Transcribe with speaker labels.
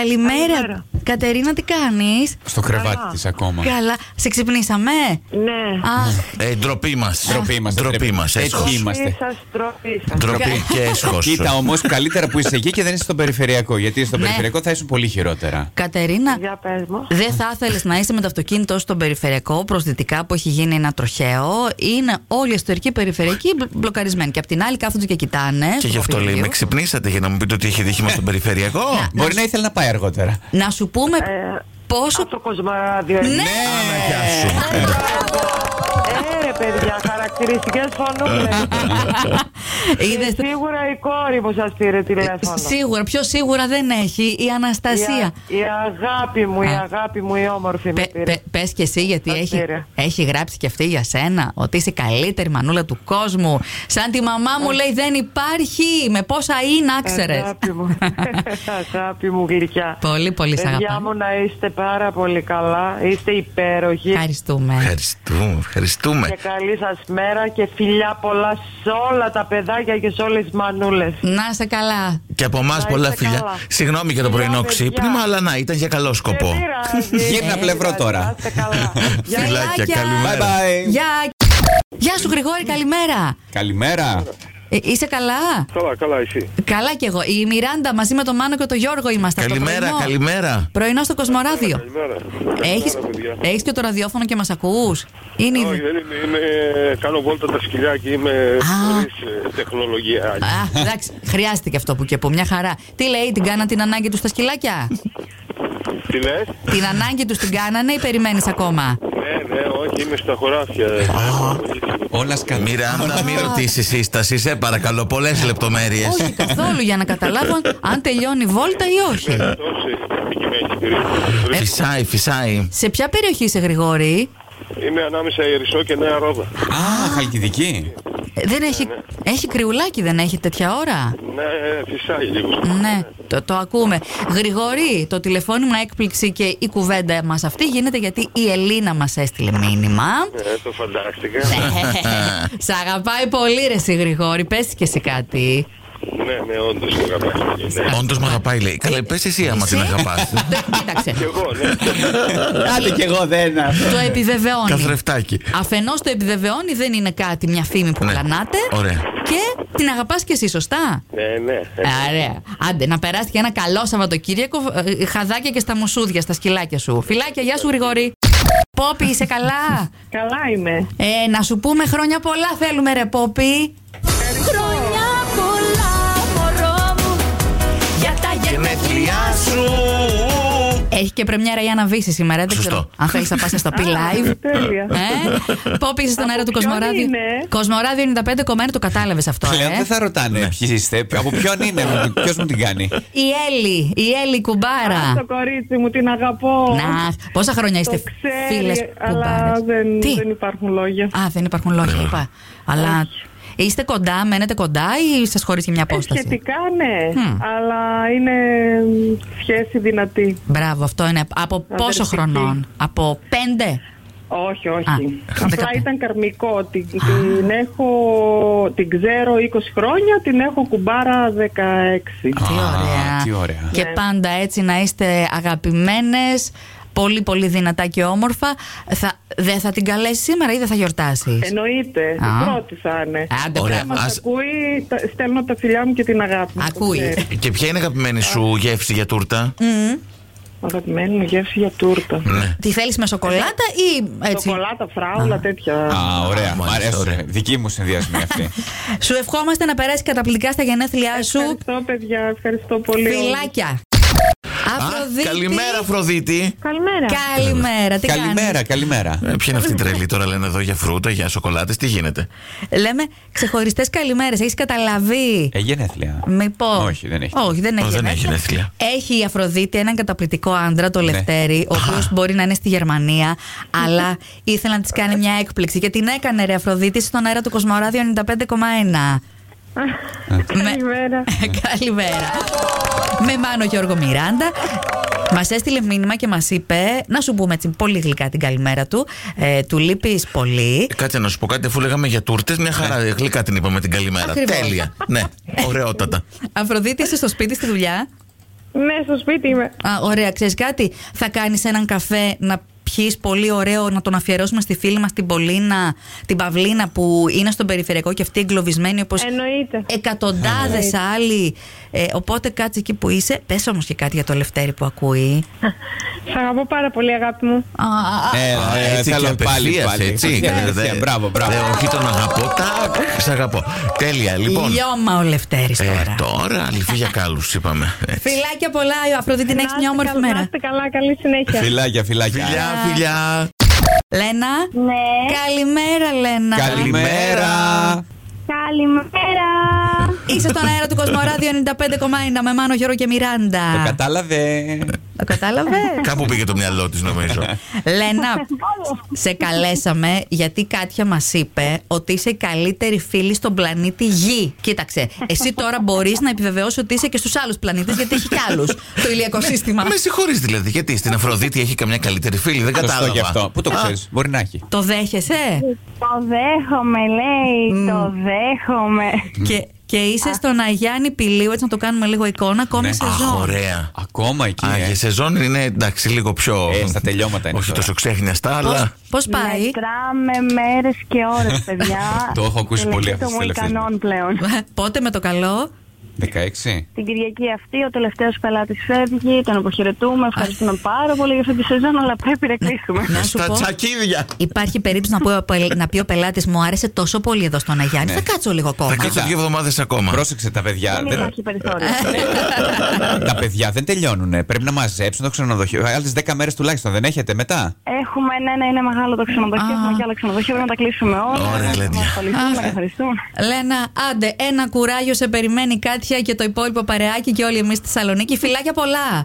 Speaker 1: Καλημέρα.
Speaker 2: Καλημέρα.
Speaker 1: Κατερίνα, τι κάνεις.
Speaker 3: Στο κρεβάτι
Speaker 2: Καλά.
Speaker 3: της ακόμα.
Speaker 1: Καλά. Σε ξυπνήσαμε.
Speaker 2: Ναι.
Speaker 1: Αχ,
Speaker 4: Ε, ντροπή μας.
Speaker 3: Ντροπή είμαστε.
Speaker 4: Ντροπή μας.
Speaker 3: Έτσι είμαστε.
Speaker 2: Σα τροπή σας.
Speaker 4: Ντροπή και έσχος.
Speaker 3: Κοίτα όμως, καλύτερα που είσαι εκεί και δεν είσαι στο περιφερειακό. Γιατί στο
Speaker 1: Ναι.
Speaker 3: περιφερειακό θα ήσουν πολύ χειρότερα.
Speaker 1: Κατερίνα,
Speaker 2: Για πες μου.
Speaker 1: δεν θα ήθελες να είσαι με το αυτοκίνητό στον περιφερειακό προ δυτικά που έχει γίνει ένα τροχαίο. Είναι όλη η ιστορική περιφερειακή μπλ- μπλοκαρισμένη. Και απ' την άλλη κάθονται και κοιτάνε.
Speaker 4: Και
Speaker 1: στο
Speaker 4: γι' αυτό λέει,
Speaker 1: κοπηλίου.
Speaker 4: με ξυπνήσατε για να μου πείτε ότι έχει δείχημα στον περιφερειακό.
Speaker 3: Μπορεί να ήθελε να πάει αργότερα.
Speaker 1: Να σου πούμε
Speaker 2: Ε,
Speaker 1: πόσο.
Speaker 2: από το κοσμοράδιο. Ναι.
Speaker 4: Άννα, γεια σου.
Speaker 2: Ε, ρε παιδιά, χαρακτηριστικές
Speaker 1: Ε,
Speaker 2: φωνούλε.
Speaker 4: Ναι.
Speaker 1: Είδες,
Speaker 2: Σίγουρα η κόρη που σας πήρε τηλέφωνο.
Speaker 1: σίγουρα, πιο σίγουρα δεν έχει η
Speaker 2: Η α-
Speaker 1: Αναστασία.
Speaker 2: Η, αγάπη μου, η
Speaker 1: Α.
Speaker 2: αγάπη μου, η όμορφη με πήρε.
Speaker 1: Πε και εσύ, γιατί
Speaker 2: Μας
Speaker 1: έχει,
Speaker 2: πήρε.
Speaker 1: έχει γράψει και αυτή για σένα ότι είσαι η καλύτερη μανούλα του κόσμου. Σαν τη μαμά μου λέει δεν υπάρχει. Με πόσα ή να ξέρε.
Speaker 2: Αγάπη μου. αγάπη μου γλυκιά.
Speaker 1: Πολύ, πολύ σ'
Speaker 2: Παιδιά
Speaker 1: αγαπάμε.
Speaker 2: μου να είστε πάρα πολύ καλά. Είστε υπέροχοι.
Speaker 1: Ευχαριστούμε.
Speaker 4: Ευχαριστούμε, ευχαριστούμε.
Speaker 2: Και καλή σας μέρα και φιλιά πολλά σε όλα τα παιδάκια και σε όλες τις μανούλες.
Speaker 1: Να σε καλά.
Speaker 4: Και από εμάς
Speaker 2: είστε
Speaker 4: πολλά
Speaker 2: καλά.
Speaker 4: φιλιά. Συγγνώμη για το
Speaker 2: Φιλιά,
Speaker 4: πρωινό
Speaker 2: παιδιά. Ε,
Speaker 4: ξύπνημα, αλλά να ήταν για καλό σκοπό.
Speaker 2: Δεν πειράζει.
Speaker 3: Γύρνα
Speaker 2: Δεν
Speaker 3: πλευρό
Speaker 2: πειράζει,
Speaker 3: τώρα.
Speaker 2: να είστε ε, καλά. Γεια.
Speaker 4: Φιλάκια,
Speaker 1: Φιλάκια.
Speaker 3: Bye
Speaker 4: καλημέρα.
Speaker 3: bye.
Speaker 1: Γεια. Γεια σου Γρηγόρη, καλημέρα.
Speaker 3: Καλημέρα.
Speaker 1: Ε, είσαι καλά.
Speaker 5: Καλά, καλά, εσύ.
Speaker 1: Καλά κι εγώ. Η Μιράντα μαζί με τον Μάνο και τον Γιώργο είμαστε. από το
Speaker 4: Καλημέρα,
Speaker 1: πρωινό.
Speaker 4: καλημέρα.
Speaker 1: Πρωινό στο Κοσμοράδιο.
Speaker 5: Καλημέρα.
Speaker 1: Έχεις,
Speaker 5: Καλημέρα, παιδιά.
Speaker 1: έχεις και το ραδιόφωνο και μας ακούς. Είναι
Speaker 5: Όχι,
Speaker 1: ήδη.
Speaker 5: δεν είμαι, είμαι- κάνω βόλτα τα σκυλιά και είμαι
Speaker 1: Α.
Speaker 5: χωρίς ε, τεχνολογία.
Speaker 1: Α, εντάξει, χρειάστηκε αυτό που και που, μια χαρά. Τι λέει, την κάναν την ανάγκη τους στα σκυλάκια.
Speaker 5: Τι λες?
Speaker 1: την ανάγκη τους την κάνανε ή περιμένεις ακόμα.
Speaker 5: Ναι, ναι, όχι, είμαι στα χωράφια.
Speaker 3: Όλα σκατά.
Speaker 4: Μιράντα, μη ρωτήσει σύσταση, σε παρακαλώ, πολλές λεπτομέρειες.
Speaker 1: όχι καθόλου για να καταλάβω αν τελειώνει η βόλτα ή όχι.
Speaker 5: Τόσο ε, και με έχει περίπου.
Speaker 4: Φυσάει, φυσάει.
Speaker 1: Σε ποια περιοχή είσαι, Γρηγόρη,
Speaker 5: Είμαι ανάμεσα Ιερισσό και Νέα Ρόδα.
Speaker 3: Α, χαλκιδική.
Speaker 1: Ε, Δεν έχει, έχει κρυουλάκι, δεν έχει τέτοια ώρα.
Speaker 5: Ναι, φυσάει λίγο.
Speaker 1: Ναι, το, το ακούμε. Γρηγορή, το τηλεφώνημα έκπληξη και η κουβέντα μας αυτή γίνεται γιατί η Ελίνα μας έστειλε μήνυμα.
Speaker 5: Ε, το φαντάστηκα.
Speaker 1: Ναι. Σ' αγαπάει πολύ, ρε, εσύ, Γρηγόρη. Πες και εσύ κάτι.
Speaker 5: Ναι, ναι, όντως το αγαπάει. Ναι.
Speaker 4: Όντως με αγαπάει, λέει. Καλά, πες εσύ άμα την
Speaker 1: Εσύ?
Speaker 4: αγαπάς.
Speaker 1: Ε, Κοίταξε.
Speaker 5: Και εγώ, ναι.
Speaker 3: Άντε κι εγώ δεν.
Speaker 1: Το επιβεβαιώνει.
Speaker 4: Καθρεφτάκι.
Speaker 1: Αφενός το επιβεβαιώνει, δεν είναι κάτι, μια φήμη που
Speaker 4: Ναι.
Speaker 1: πλανάτε.
Speaker 4: Ωραία.
Speaker 1: Και την αγαπάς και εσύ, σωστά.
Speaker 5: ναι, ναι.
Speaker 1: Ωραία. Άντε, να περάσει και ένα καλό Σαββατοκύριακο. ε, Χαδάκια και στα μουσούδια, στα σκυλάκια σου. Φιλάκια, γεια σου, Γρηγόρη. Πόπι, είσαι καλά.
Speaker 2: Καλά είμαι.
Speaker 1: Ε, να σου πούμε χρόνια πολλά θέλουμε ρε Πόπι Χρόνια πολλά μωρό μου Για τα γενέθλιά σου Έχει και πρεμιέρα η Αναβίση σήμερα Δεν
Speaker 4: Σωστό.
Speaker 1: ξέρω αν θέλεις να πας στο P-Live
Speaker 2: Τέλεια.
Speaker 1: ε, Πόπι είσαι στον αέρα του
Speaker 2: ποιον
Speaker 1: Κοσμοράδιου
Speaker 2: είναι?
Speaker 1: Κοσμοράδιο 95 κομμένα το κατάλαβες αυτό
Speaker 3: Πλέον
Speaker 1: ε.
Speaker 3: δεν θα
Speaker 4: Ναι.
Speaker 3: ρωτάνε ποιοι είστε, από ποιον είναι, ποιος μου την κάνει.
Speaker 1: Η Έλλη, η Έλλη
Speaker 2: Αχ,
Speaker 1: Κουμπάρα
Speaker 2: Το κορίτσι μου την αγαπώ.
Speaker 1: Να, πόσα χρόνια
Speaker 2: το
Speaker 1: είστε φίλες
Speaker 2: ξέρει, αλλά
Speaker 1: κουμπάρες
Speaker 2: δεν,
Speaker 1: Τι?
Speaker 2: δεν υπάρχουν λόγια. Ε,
Speaker 1: Α, δεν υπάρχουν λόγια, είπα. Αλλά είστε κοντά, μένετε κοντά ή σας χωρίζει μια
Speaker 2: Ε,
Speaker 1: απόσταση.
Speaker 2: σχετικά ναι,
Speaker 1: Μμ.
Speaker 2: αλλά είναι μ, σχέση δυνατή.
Speaker 1: Μπράβο, αυτό είναι. Από πόσο
Speaker 2: Αδερφική.
Speaker 1: χρονών, από πέντε.
Speaker 2: Όχι, όχι.
Speaker 1: Α,
Speaker 2: Απλά
Speaker 1: δεκαπέ-
Speaker 2: ήταν καρμικό. ότι Την, έχω, την ξέρω 20 χρόνια, την έχω κουμπάρα 16.
Speaker 1: Τι
Speaker 3: Α,
Speaker 1: ωραία.
Speaker 3: τι ωραία.
Speaker 1: Και
Speaker 2: Ναι.
Speaker 1: πάντα έτσι να είστε αγαπημένες, πολύ πολύ δυνατά και όμορφα. Θα, δεν θα την καλέσει σήμερα ή δεν θα γιορτάσεις.
Speaker 2: Εννοείται, η
Speaker 1: Α.
Speaker 2: πρώτη θα είναι.
Speaker 1: Άντε,
Speaker 4: Ωραία.
Speaker 1: μπράβο.
Speaker 2: Μας
Speaker 4: Ας-
Speaker 2: ακούει, τα- στέλνω τα φιλιά μου και την αγάπη μου.
Speaker 1: Ακούει.
Speaker 2: το ξέρεις.
Speaker 4: Και ποια είναι η αγαπημένη σου γεύση για τούρτα.
Speaker 1: Μμμ.
Speaker 2: Αγαπημένη μου γεύση για τούρτα.
Speaker 4: Ναι.
Speaker 1: Τη θέλεις με σοκολάτα ή έτσι.
Speaker 2: Σοκολάτα, φράουλα, τέτοια.
Speaker 3: Α, ωραία.
Speaker 4: Α,
Speaker 3: Μ'
Speaker 4: μάλιστα,
Speaker 3: αρέσει.
Speaker 4: ωραία.
Speaker 3: Δική μου συνδυασμή αυτή.
Speaker 1: Σου ευχόμαστε να περάσει καταπληκτικά στα γενέθλιά σου.
Speaker 2: Ευχαριστώ, παιδιά. Ευχαριστώ πολύ.
Speaker 1: Φιλάκια.
Speaker 4: Α,
Speaker 1: Αφροδίτη.
Speaker 4: Καλημέρα, Αφροδίτη.
Speaker 2: Καλημέρα.
Speaker 1: Καλημέρα, τι
Speaker 3: Καλημέρα, καλημέρα.
Speaker 4: Ε, Ποιοι είναι αυτοί οι τρελοί τώρα λένε εδώ για φρούτα, για σοκολάτες, τι γίνεται.
Speaker 3: Ε.
Speaker 1: κάνεις? Λέμε ξεχωριστές καλημέρες. Έχεις καταλαβεί.
Speaker 3: Ε, γενέθλια.
Speaker 1: Μήπως.
Speaker 3: Όχι, δεν έχει.
Speaker 1: Όχι, δεν έχει.
Speaker 4: Ω, δεν
Speaker 1: γενέθλια.
Speaker 4: έχει γενέθλια.
Speaker 1: Έχει η Αφροδίτη έναν καταπληκτικό άντρα, το
Speaker 3: Ναι.
Speaker 1: Λευτέρη, ο οποίος μπορεί να είναι στη Γερμανία, αλλά ήθελε να της κάνει μια έκπληξη. Και την έκανε ρε Αφροδίτη στον αέρα του Κοσμοράδιο 95,1.
Speaker 2: Καλημέρα.
Speaker 1: Καλημέρα. Με Μάνο Γιώργο Μιράντα. Μας έστειλε μήνυμα και μας είπε, να σου πούμε έτσι πολύ γλυκά την καλημέρα του. Ε, του λείπεις πολύ.
Speaker 4: Ε, Κάτσε να σου πω κάτι, αφού λέγαμε για τούρτες, μια χαρά.
Speaker 3: Ναι.
Speaker 4: ε, Γλυκά την είπαμε την καλημέρα.
Speaker 1: Ακριβώς.
Speaker 3: Ε.
Speaker 4: Τέλεια. ναι, ωραιότατα.
Speaker 1: Αφροδίτη, είσαι στο σπίτι στη δουλειά.
Speaker 2: Ναι, στο σπίτι είμαι.
Speaker 1: Α, ωραία, ξέρεις κάτι. Θα κάνεις έναν καφέ να πιει πολύ ωραίο, να τον αφιερώσουμε στη φίλη μας την Πολίνα, την Παυλίνα που είναι στον περιφερειακό και αυτή εγκλωβισμένη όπως.
Speaker 2: Εννοείται.
Speaker 1: Εκατοντάδες άλλοι. Ε, οπότε κάτσε εκεί που είσαι. Πες όμως και κάτι για το Λευτέρι που ακούει.
Speaker 2: Σ' αγαπώ πάρα πολύ, αγάπη μου.
Speaker 1: Α, α, α.
Speaker 3: Ε,
Speaker 4: Α,
Speaker 3: ε,
Speaker 4: έτσι
Speaker 3: θέλω
Speaker 4: και
Speaker 3: πάλι,
Speaker 4: απευθείας,
Speaker 3: πάλι.
Speaker 4: Έτσι.
Speaker 3: Ναι,
Speaker 4: Ε,
Speaker 3: ναι,
Speaker 4: δε-
Speaker 3: Μπράβο,
Speaker 4: δε,
Speaker 3: μπράβο.
Speaker 4: όχι τον αγαπώ, τάκ, σ' αγαπώ. Τέλεια, λοιπόν.
Speaker 1: Λιώμα ο Λευτέρης
Speaker 4: Ε,
Speaker 1: τώρα.
Speaker 4: τώρα, αληθή για κάλους είπαμε. Έτσι.
Speaker 1: Φιλάκια πολλά, Αφροδίτη, να
Speaker 2: Να
Speaker 1: έχει
Speaker 2: είστε
Speaker 1: μια όμορφη
Speaker 2: καλά, Να
Speaker 1: μέρα.
Speaker 2: είστε καλά, καλή συνέχεια.
Speaker 3: Φιλάκια, φιλάκια.
Speaker 4: Φιλιά, φιλιά.
Speaker 1: Λένα.
Speaker 6: Ναι.
Speaker 1: Καλημέρα, Λένα.
Speaker 3: Καλημέρα.
Speaker 6: Καλημέρα.
Speaker 1: Είσαι στον αέρα του Κοσμοράδιο 95,1 με Μάνο Γιώργο και Μιράντα.
Speaker 3: Το κατάλαβε.
Speaker 1: Το κατάλαβε.
Speaker 4: Κάπου πήγε το μυαλό της, νομίζω.
Speaker 1: Λένα, σε καλέσαμε γιατί κάποια μας είπε ότι είσαι η καλύτερη φίλη στον πλανήτη Γη. Κοίταξε, εσύ τώρα μπορείς να επιβεβαιώσεις ότι είσαι και στους άλλους πλανήτες, γιατί έχει κι άλλους το ηλιακό σύστημα.
Speaker 4: Με συγχωρείς δηλαδή, γιατί στην Αφροδίτη έχει καμιά καλύτερη φίλη, δεν
Speaker 3: Σωστό γι' αυτό.
Speaker 4: κατάλαβα.
Speaker 3: Πού το
Speaker 4: Α,
Speaker 3: ξέρεις, μπορεί να έχει.
Speaker 1: Το δέχεσαι
Speaker 6: Το δέχομαι, λέει. Το δέχομαι.
Speaker 1: και, και είσαι στον Αγιάννη Πηλίου, έτσι να το κάνουμε λίγο εικόνα, ακόμη
Speaker 3: Ναι.
Speaker 1: σε
Speaker 4: Αχ,
Speaker 1: ζώνη.
Speaker 4: ωραία.
Speaker 3: Ακόμα εκεί.
Speaker 4: Α,
Speaker 3: ε.
Speaker 4: η σεζόν είναι εντάξει, λίγο πιο.
Speaker 3: Ε, στα τελειώματα είναι
Speaker 4: Όχι
Speaker 3: τώρα.
Speaker 4: τόσο ξέχνιαστα,
Speaker 1: Πώς,
Speaker 4: αλλά.
Speaker 6: Ναι,
Speaker 1: πώς πάει.
Speaker 6: Μετράμε μέρες και ώρες, παιδιά.
Speaker 3: Το έχω ακούσει πολύ αυτές
Speaker 6: αυτό.
Speaker 3: τις
Speaker 6: μου
Speaker 3: τελευταίες
Speaker 6: ικανών πλέον.
Speaker 1: Πότε με το καλό.
Speaker 3: 16.
Speaker 6: Την Κυριακή αυτή, ο τελευταίος πελάτης φεύγει, τον αποχαιρετούμε. Ευχαριστούμε πάρα πολύ για αυτή τη σεζόν, αλλά πρέπει να
Speaker 3: Ναι.
Speaker 6: κλείσουμε.
Speaker 1: Να σου
Speaker 4: Στα
Speaker 1: πω.
Speaker 4: τσακίδια.
Speaker 1: Υπάρχει περίπτωση να, πω- να πει ο πελάτης μου άρεσε τόσο πολύ εδώ στον Αγιάννη. Θα κάτσω λίγο ακόμα.
Speaker 4: Θα κάτσω
Speaker 3: Κοίτα.
Speaker 4: δύο εβδομάδες ακόμα.
Speaker 3: Πρόσεξε τα παιδιά.
Speaker 6: Δεν
Speaker 3: δεν-
Speaker 6: υπάρχει περιθώριο.
Speaker 1: Ε.
Speaker 3: τα παιδιά δεν τελειώνουν. Πρέπει να μαζέψουν το ξενοδοχείο. Άλλες 10 μέρες τουλάχιστον δεν έχετε μετά.
Speaker 6: Έχουμε, ναι, ναι, είναι μεγάλο το ξενοδοχείο.
Speaker 1: Α.
Speaker 6: Έχουμε και άλλο ξενοδοχείο. Πρέπει να τα κλείσουμε όλα.
Speaker 4: Ωραία,
Speaker 6: να
Speaker 4: Λένια.
Speaker 6: ασχοληθούμε,
Speaker 1: Αχ.
Speaker 6: να καθαριστούμε.
Speaker 1: Λένα, άντε, ένα κουράγιο σε περιμένει Κάτια και το υπόλοιπο παρεάκι και όλοι εμείς στη Θεσσαλονίκη. Φιλάκια πολλά!